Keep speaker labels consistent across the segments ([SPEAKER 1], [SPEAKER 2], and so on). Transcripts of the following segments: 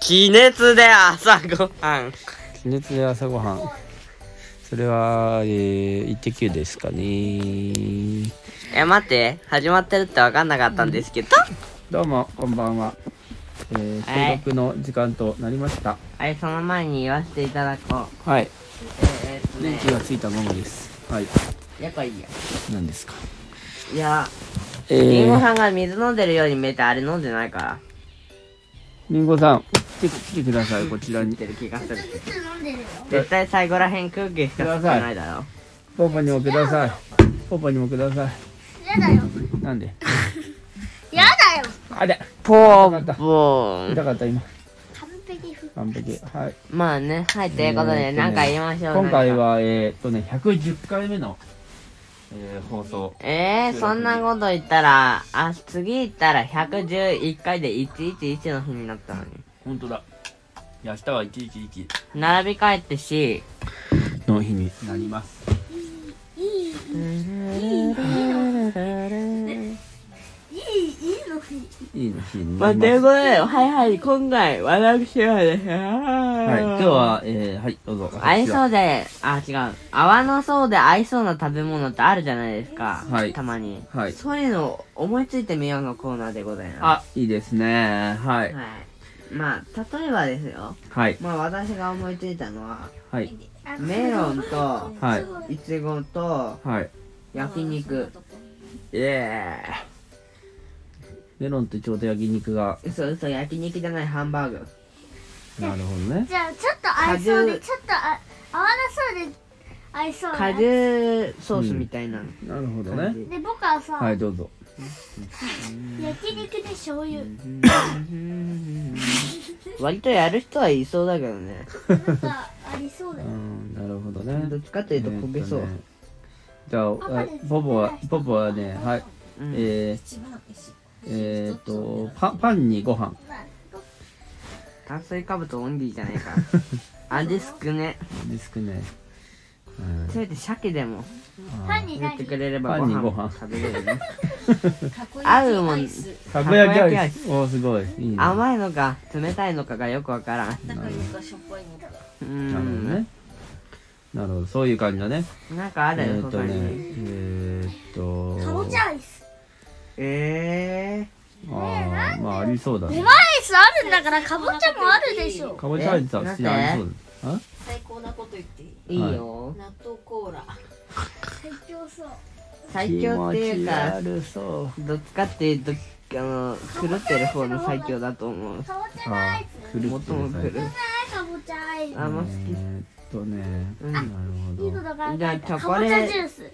[SPEAKER 1] 気熱で朝ごはん。
[SPEAKER 2] 気熱で朝ごはんそれは、えー、イッテ Q ですかね
[SPEAKER 1] え、待って。始まってるって分かんなかったんですけど。
[SPEAKER 2] どうもこんばんは、えー
[SPEAKER 1] はい
[SPEAKER 2] 収録の時間となりました
[SPEAKER 1] はい、その前に言わせていただこう。
[SPEAKER 2] はい
[SPEAKER 1] えー、っと
[SPEAKER 2] 電気がついたままですはい
[SPEAKER 1] やっぱいいや。
[SPEAKER 2] 何ですか
[SPEAKER 1] いや、
[SPEAKER 2] え
[SPEAKER 1] りんご
[SPEAKER 2] ー、
[SPEAKER 1] さんが水飲んでるように見えてあれ飲んでないから。
[SPEAKER 2] りんごさん来て来てくださいこちら
[SPEAKER 1] 見
[SPEAKER 2] に
[SPEAKER 1] てる気がする。
[SPEAKER 3] 飲んでるよ。
[SPEAKER 1] 絶対最後らへん空気しか吸ってないだろ。
[SPEAKER 2] パパにもくださいパパにもくださ
[SPEAKER 3] やだよ。
[SPEAKER 2] いなんで
[SPEAKER 3] やだよ。
[SPEAKER 2] あれ
[SPEAKER 1] ポーポーン。
[SPEAKER 2] 痛かった今
[SPEAKER 3] 完璧ふ。
[SPEAKER 2] 完璧はい
[SPEAKER 1] まあね、はい、ということで、
[SPEAKER 2] えーとね
[SPEAKER 1] なんか言いましょう。
[SPEAKER 2] 今回
[SPEAKER 1] なんか。
[SPEAKER 2] はえーっとね110回目の、えー放送
[SPEAKER 1] えー、そんなこと言ったら、あ、次行ったら111回で111の日になったのに。
[SPEAKER 2] 本当だいや明日は一日一
[SPEAKER 1] 並び替えてし、
[SPEAKER 2] の日になります
[SPEAKER 3] いい、いい、いいの日。
[SPEAKER 2] いいの日に
[SPEAKER 1] ま
[SPEAKER 2] な
[SPEAKER 1] あ、
[SPEAKER 2] り
[SPEAKER 1] という
[SPEAKER 2] ま
[SPEAKER 1] こと
[SPEAKER 2] す
[SPEAKER 1] で、はいはい、今回、私はですね、は
[SPEAKER 2] はい今日、はえー、はいどうぞ
[SPEAKER 1] 合いそううで、あ、違う、泡の層で合いそうな食べ物ってあるじゃないですか。
[SPEAKER 2] はい
[SPEAKER 1] たまに。
[SPEAKER 2] はい
[SPEAKER 1] そういうのを思いついてみようのコーナーでございま
[SPEAKER 2] あいいですねは
[SPEAKER 1] す。
[SPEAKER 2] い
[SPEAKER 1] はい。まあ、例えばですよ。
[SPEAKER 2] はい
[SPEAKER 1] まあ、私が思いついたのは、
[SPEAKER 2] はい
[SPEAKER 1] メロンと、
[SPEAKER 2] はい
[SPEAKER 1] いちごと、
[SPEAKER 2] はい
[SPEAKER 1] 焼肉。ええ
[SPEAKER 2] メロンとちょうど焼肉が
[SPEAKER 1] ー。嘘嘘、焼肉じゃない、ハンバーグ。
[SPEAKER 2] なるほどね
[SPEAKER 3] じゃあ、ちょっと合いそうで、ちょっとあ合わなそうで合いそうな
[SPEAKER 1] 果
[SPEAKER 3] や
[SPEAKER 1] 汁ソースみたいな。
[SPEAKER 2] なるほど
[SPEAKER 1] 感
[SPEAKER 2] ね
[SPEAKER 1] じ
[SPEAKER 3] つ。で、僕はさ、
[SPEAKER 2] はいどうぞ
[SPEAKER 3] 焼肉で醤油。
[SPEAKER 1] 割とやる人はいそうだけどね。
[SPEAKER 3] なんかありそうだ
[SPEAKER 2] う
[SPEAKER 3] よ。
[SPEAKER 2] んなるほど
[SPEAKER 1] どっ
[SPEAKER 2] ね
[SPEAKER 1] ちかというと焦げそう
[SPEAKER 2] えーっと。ねじゃああボボはボボはねはい
[SPEAKER 1] うん
[SPEAKER 2] えー、えー、っとパパンにご飯
[SPEAKER 1] 炭水化物オンリーじゃない か。味少ね。
[SPEAKER 2] ですくね、うん
[SPEAKER 1] せめて鮭でも
[SPEAKER 3] パンに
[SPEAKER 1] 入れ
[SPEAKER 3] 何
[SPEAKER 1] てくれれば
[SPEAKER 2] パ
[SPEAKER 1] ご
[SPEAKER 2] ンに
[SPEAKER 1] 飯
[SPEAKER 2] ご飯
[SPEAKER 1] 食べれるね。合うもん、
[SPEAKER 2] たこ焼きア
[SPEAKER 1] たこ焼きアイ
[SPEAKER 2] イ
[SPEAKER 1] ス
[SPEAKER 2] スおーすごいいいね
[SPEAKER 1] 甘いのか冷たいのかがよくわからん。うー
[SPEAKER 2] なるほど
[SPEAKER 1] ん。
[SPEAKER 2] ねなるほどそういう感じだね
[SPEAKER 1] なんかある
[SPEAKER 2] えーっと
[SPEAKER 1] 他
[SPEAKER 2] ね
[SPEAKER 1] に。
[SPEAKER 2] えー、っと
[SPEAKER 3] かぼちゃアイス。
[SPEAKER 1] え
[SPEAKER 2] あーまあありそうだ
[SPEAKER 3] レ
[SPEAKER 2] ね
[SPEAKER 3] モンアイスあるんだから、かぼちゃもあるでしょ。
[SPEAKER 2] かぼちゃアイスは好きなありそうだあ
[SPEAKER 4] 最高なこと言っていい
[SPEAKER 1] ー、いいよ。
[SPEAKER 4] 納豆コーラ
[SPEAKER 3] 最強そう。
[SPEAKER 1] 最強っていうか、
[SPEAKER 2] 気持ち悪そう
[SPEAKER 1] どっちかっていうと、あの、狂ってる方の最強だと思う。
[SPEAKER 3] かぼちゃのア
[SPEAKER 2] あ
[SPEAKER 3] イス。
[SPEAKER 2] ー
[SPEAKER 1] もっとも
[SPEAKER 2] くる
[SPEAKER 1] 狂
[SPEAKER 2] くる
[SPEAKER 1] う。
[SPEAKER 3] かぼちゃアイス
[SPEAKER 1] あ。んま好き
[SPEAKER 2] えー、っとね、
[SPEAKER 1] うん
[SPEAKER 2] なる
[SPEAKER 3] いい
[SPEAKER 2] ほ
[SPEAKER 3] の
[SPEAKER 2] ど
[SPEAKER 3] だから、
[SPEAKER 1] じゃあチ
[SPEAKER 3] か
[SPEAKER 1] ョコ
[SPEAKER 3] ぼ
[SPEAKER 1] レ
[SPEAKER 3] ち
[SPEAKER 1] ー
[SPEAKER 3] ゃ
[SPEAKER 1] ト
[SPEAKER 3] ジュース。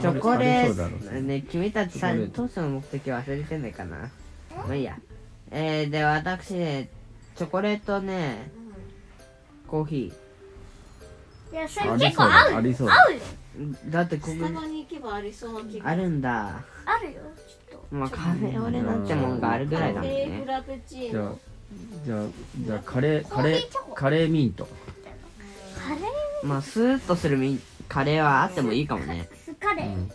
[SPEAKER 1] チョコレ
[SPEAKER 2] ありそう
[SPEAKER 1] ー
[SPEAKER 2] だ
[SPEAKER 1] ト
[SPEAKER 2] ろう
[SPEAKER 1] ね君たちさ
[SPEAKER 2] チョコレー
[SPEAKER 1] 当
[SPEAKER 2] ト
[SPEAKER 1] 初の目的忘れてないかなまあいいやえー、で私ねチョコレートねコーヒ
[SPEAKER 3] いや、そ
[SPEAKER 2] あ
[SPEAKER 3] れ
[SPEAKER 2] り
[SPEAKER 3] 結
[SPEAKER 2] そ
[SPEAKER 3] 構
[SPEAKER 2] うだ
[SPEAKER 3] 合
[SPEAKER 2] あ
[SPEAKER 3] うよ。
[SPEAKER 2] りそうだ
[SPEAKER 3] 合うよ。
[SPEAKER 1] ーだってここ
[SPEAKER 4] スタバに行けばありそうな気が
[SPEAKER 1] あるんだ
[SPEAKER 3] あるよ。ちょっと。
[SPEAKER 1] まあカフェオレなんてもんがあるぐらいなんで
[SPEAKER 4] カフェ
[SPEAKER 1] ね
[SPEAKER 4] フラペチー
[SPEAKER 2] じゃあ
[SPEAKER 4] ノ
[SPEAKER 2] じゃあじゃあカレーカレ
[SPEAKER 3] コーヒーチョコ
[SPEAKER 2] ーカレーミント
[SPEAKER 3] カレー
[SPEAKER 1] まあスーッとするみカレーはあってもいいかもね
[SPEAKER 3] スカレー。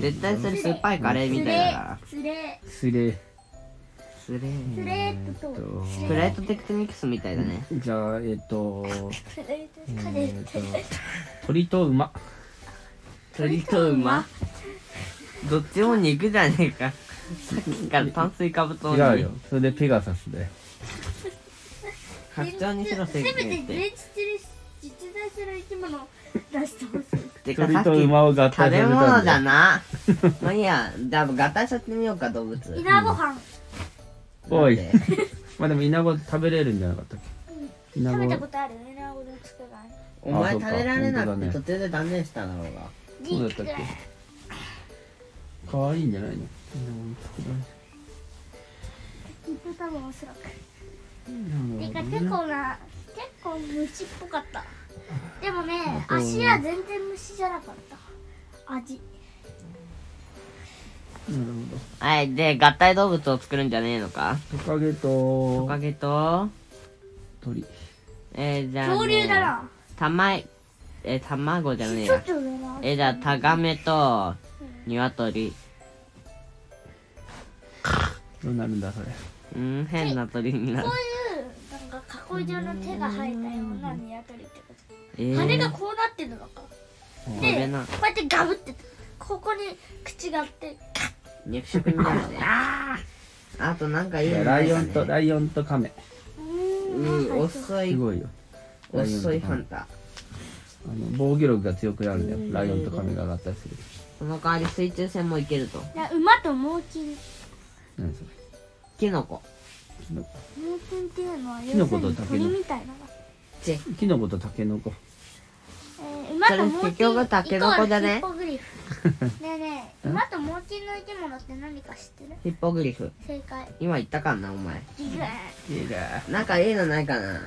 [SPEAKER 1] 絶対それ酸っぱいカレーみたいだから
[SPEAKER 3] スレ
[SPEAKER 2] スレー
[SPEAKER 1] スレー
[SPEAKER 3] スレートとス
[SPEAKER 1] プ
[SPEAKER 3] レ
[SPEAKER 1] レートテクトニクスみたいだね
[SPEAKER 2] じゃあえー っと
[SPEAKER 3] スレートカレ
[SPEAKER 2] え
[SPEAKER 3] ー
[SPEAKER 2] ーっと鶏と馬
[SPEAKER 1] 鶏と馬どっちも肉じゃねえかさっきから炭水化物を
[SPEAKER 2] 違うよそれでペガサスで
[SPEAKER 1] 拡張にしろ
[SPEAKER 3] せ
[SPEAKER 1] 制
[SPEAKER 3] めて
[SPEAKER 1] 限って
[SPEAKER 3] 現実に実在する生き物を出してほしい。
[SPEAKER 1] てかさっ
[SPEAKER 2] 鳥と
[SPEAKER 1] き
[SPEAKER 2] 馬を合体さ
[SPEAKER 1] 食べ
[SPEAKER 2] せたんだ
[SPEAKER 1] 物だ
[SPEAKER 2] よ
[SPEAKER 1] なまあいいやじゃあ合体させてみようか動物
[SPEAKER 3] 稲ご飯
[SPEAKER 2] おい
[SPEAKER 1] だっ
[SPEAKER 2] まあでもイナゴ食べれるんじゃなかったっけイナ
[SPEAKER 3] 食
[SPEAKER 2] ゴ
[SPEAKER 3] べたことある稲ごで作らない。
[SPEAKER 1] お前食
[SPEAKER 2] あそうか
[SPEAKER 1] べられなく
[SPEAKER 2] 本当だ
[SPEAKER 1] て
[SPEAKER 2] ね
[SPEAKER 1] 途中で断念したんだろうが
[SPEAKER 2] そうだったっけかわいいんじゃないのイナゴも作らない
[SPEAKER 3] 肉多分面白く。
[SPEAKER 2] な
[SPEAKER 3] て
[SPEAKER 2] る
[SPEAKER 3] か
[SPEAKER 2] ほどね
[SPEAKER 3] 結構な結構虫っぽかった。でもね
[SPEAKER 2] あと
[SPEAKER 3] 足は全然虫じゃなかった。味。
[SPEAKER 2] なる
[SPEAKER 1] はいで合体動物を作るんじゃねえのか
[SPEAKER 2] ほどトカゲ
[SPEAKER 1] ト
[SPEAKER 2] と
[SPEAKER 1] カゲと
[SPEAKER 2] 鳥
[SPEAKER 1] えー、じゃあ、ね、
[SPEAKER 3] 恐竜だな。
[SPEAKER 1] たまいえー、卵じゃねえ
[SPEAKER 3] ちょっ
[SPEAKER 1] や
[SPEAKER 3] とだな。
[SPEAKER 1] えー、じゃあタガメと鶏
[SPEAKER 2] どうなるんだそれ
[SPEAKER 1] うん変な鳥になる
[SPEAKER 3] こういう恋女の手が生えたようなニワトリってこ
[SPEAKER 1] え
[SPEAKER 3] と
[SPEAKER 1] ー、
[SPEAKER 3] 羽がこうなってるのか
[SPEAKER 1] 食べ
[SPEAKER 3] でこ
[SPEAKER 1] な
[SPEAKER 3] うやってガブってここに口があって
[SPEAKER 1] 肉食になるねあーあとなんかいいの
[SPEAKER 2] ラ
[SPEAKER 1] ない
[SPEAKER 2] イオ
[SPEAKER 1] か
[SPEAKER 2] ンと
[SPEAKER 1] ね
[SPEAKER 2] ライオンとカメ
[SPEAKER 3] う
[SPEAKER 1] う
[SPEAKER 3] ー
[SPEAKER 1] ー
[SPEAKER 3] ん
[SPEAKER 1] 遅
[SPEAKER 2] す
[SPEAKER 1] い
[SPEAKER 2] ごいよライオンと
[SPEAKER 1] 遅い
[SPEAKER 2] カ
[SPEAKER 1] ハ
[SPEAKER 2] メ
[SPEAKER 1] ンター
[SPEAKER 2] あの防御力が強くなるんだよライオンとカメが上がったりする
[SPEAKER 1] その代わり水中戦もいけると
[SPEAKER 3] な馬と猛禽
[SPEAKER 2] 何それ
[SPEAKER 1] キノコ
[SPEAKER 2] キノコ
[SPEAKER 3] 猛禽っていうのは要
[SPEAKER 2] キノコと
[SPEAKER 3] す
[SPEAKER 2] タケ
[SPEAKER 3] るに
[SPEAKER 2] ノコ
[SPEAKER 3] 鳥みたいなの
[SPEAKER 1] チェ
[SPEAKER 2] キノコとタケノコ
[SPEAKER 3] えー馬と猛禽
[SPEAKER 1] それ結局タケノコだね
[SPEAKER 3] イコールヒッポグリフねえ ねえ馬と猛禽の生き物って何か知ってる
[SPEAKER 1] ヒッポグリフ
[SPEAKER 3] 正解
[SPEAKER 1] 今言ったかなお前
[SPEAKER 3] ギグーン
[SPEAKER 2] いいだ
[SPEAKER 1] なんかいいのないかな
[SPEAKER 3] う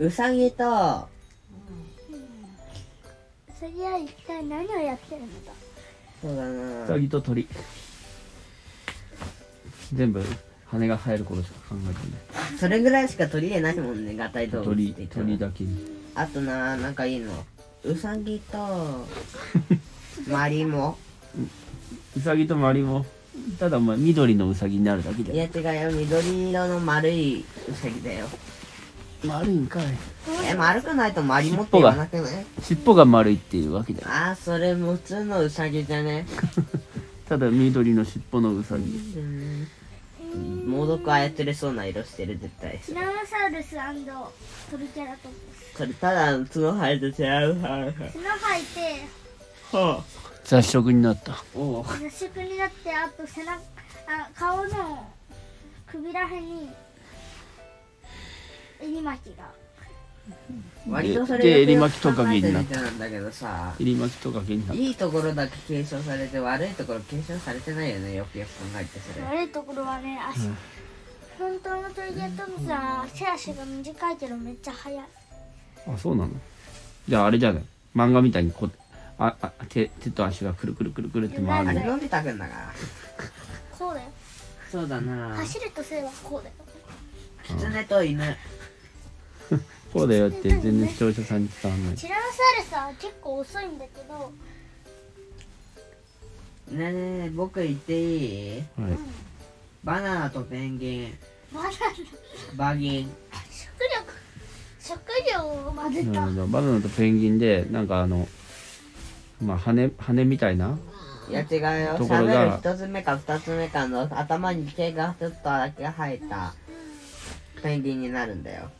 [SPEAKER 3] ーん
[SPEAKER 1] ウサギと
[SPEAKER 3] それは一体何をやってるんだ
[SPEAKER 1] そうだ
[SPEAKER 2] ウ
[SPEAKER 1] な
[SPEAKER 2] サギと鳥全部羽が生える頃しか考えて
[SPEAKER 1] それぐらいしか取り得ないもんねガタイ動
[SPEAKER 2] ない
[SPEAKER 1] 物って言
[SPEAKER 2] 鳥
[SPEAKER 1] って
[SPEAKER 2] 鳥
[SPEAKER 1] も
[SPEAKER 2] だけに
[SPEAKER 1] あとななんかいいのウサギと マリモ
[SPEAKER 2] ウサギとマリもただお前緑のウサギになるだけ
[SPEAKER 1] い
[SPEAKER 2] じ
[SPEAKER 1] や
[SPEAKER 2] ゃ
[SPEAKER 1] 違うよ緑色の丸いウサギだよ
[SPEAKER 2] 丸いんかい
[SPEAKER 1] え丸くないとマリモって言わなくない
[SPEAKER 2] 尻尾が丸いっていうわけだよ
[SPEAKER 1] あーそれも普通のウサギじゃね
[SPEAKER 2] ただ緑の尻尾のウサギ
[SPEAKER 1] うん猛毒操れそうな色してる絶対
[SPEAKER 3] ティラノサウルストルキャラトプ
[SPEAKER 1] それただ角生えててあうはう
[SPEAKER 3] ス角生えて
[SPEAKER 1] はあ
[SPEAKER 2] 雑食になった
[SPEAKER 1] おう
[SPEAKER 3] 雑食になってあと背中あ顔の首らへんに襟巻きが
[SPEAKER 1] 割とそれ
[SPEAKER 2] で
[SPEAKER 1] よくよく
[SPEAKER 2] エリマキトカゲになっ
[SPEAKER 1] 考えてみてなんだけどさ
[SPEAKER 2] 入り巻きとかげになった
[SPEAKER 1] いいところだけ継承されて悪いところ継承されてないよねよくよく考えてそれ
[SPEAKER 3] 悪いところはね足、
[SPEAKER 2] うん
[SPEAKER 3] 本当のトリケラトプスは手足が短いけどめっちゃ速い
[SPEAKER 2] あそうなのじゃああれじゃない漫画みたいにこうああ手手と足がくるくるくるくるって回
[SPEAKER 1] あ
[SPEAKER 2] る
[SPEAKER 1] れ
[SPEAKER 2] の
[SPEAKER 1] 伸びたくんだから
[SPEAKER 3] こうだよ
[SPEAKER 1] そうだな
[SPEAKER 3] 走ると背はこうだよ
[SPEAKER 1] キツネと犬
[SPEAKER 2] こうだよって全然視聴者さんに伝わんない
[SPEAKER 3] ティラノサウルスは結構遅いんだけど
[SPEAKER 1] ねえねえ僕言っていい
[SPEAKER 2] はい
[SPEAKER 1] バナナとペンギン
[SPEAKER 3] まだ
[SPEAKER 1] バギン
[SPEAKER 3] 食力食料を混ぜ
[SPEAKER 2] な
[SPEAKER 3] た
[SPEAKER 2] るほどバナナとペンギンでなんかあのまあ羽羽みたいない
[SPEAKER 1] や違うよ
[SPEAKER 2] ところ
[SPEAKER 1] 喋
[SPEAKER 2] が
[SPEAKER 1] る一つ目か二つ目かの頭に毛がちょっとだけ生えたペンギンになるんだよ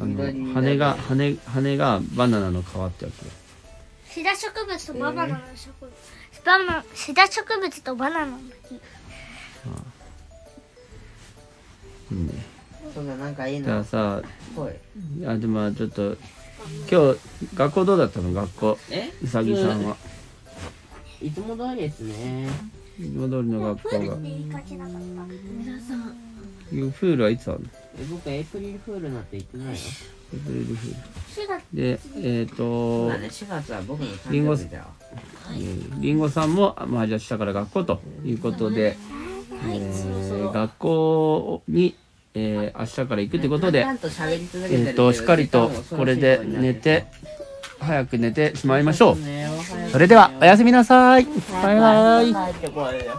[SPEAKER 2] あ
[SPEAKER 1] 緑
[SPEAKER 2] の
[SPEAKER 1] に
[SPEAKER 2] 羽が羽羽がバナナの皮ってわけよ
[SPEAKER 3] シダ植物とバナナの植物、バナナシダ植物とバナナの木
[SPEAKER 2] いいね
[SPEAKER 1] そうだなんかいい
[SPEAKER 2] じゃ
[SPEAKER 1] の
[SPEAKER 2] あ
[SPEAKER 1] っ
[SPEAKER 2] さ
[SPEAKER 1] ぽい
[SPEAKER 2] あでもちょっと今日学校どうだったの学校
[SPEAKER 1] え
[SPEAKER 2] うさぎさんはい
[SPEAKER 1] つも通りですね
[SPEAKER 2] いつも通りの
[SPEAKER 3] プ
[SPEAKER 2] 学
[SPEAKER 3] ー
[SPEAKER 2] 校
[SPEAKER 3] ル
[SPEAKER 2] が
[SPEAKER 3] って言いかけなかった
[SPEAKER 4] 皆さん
[SPEAKER 2] プールはいつあるの
[SPEAKER 1] え僕エイプリルフールなんて言ってないよ
[SPEAKER 2] エイプリルフール
[SPEAKER 3] 火が
[SPEAKER 2] でえっ、
[SPEAKER 1] そう
[SPEAKER 2] と
[SPEAKER 1] だね4月は僕の誕
[SPEAKER 2] リンゴ
[SPEAKER 1] 生日だよ
[SPEAKER 2] えーりんごさんも、あまあ、じゃあ下から学校ということで、えー学校に、えー明日から行くということで、
[SPEAKER 1] ちゃんと喋り続け
[SPEAKER 2] え
[SPEAKER 1] てる
[SPEAKER 2] ー、としっかりと
[SPEAKER 1] 時間もそろ
[SPEAKER 2] こ
[SPEAKER 1] そろ
[SPEAKER 2] れで寝て早く寝てしまいましょう
[SPEAKER 1] 寝よう早く
[SPEAKER 2] それではおやすみなさいバイバイ
[SPEAKER 1] 帰ってこいよ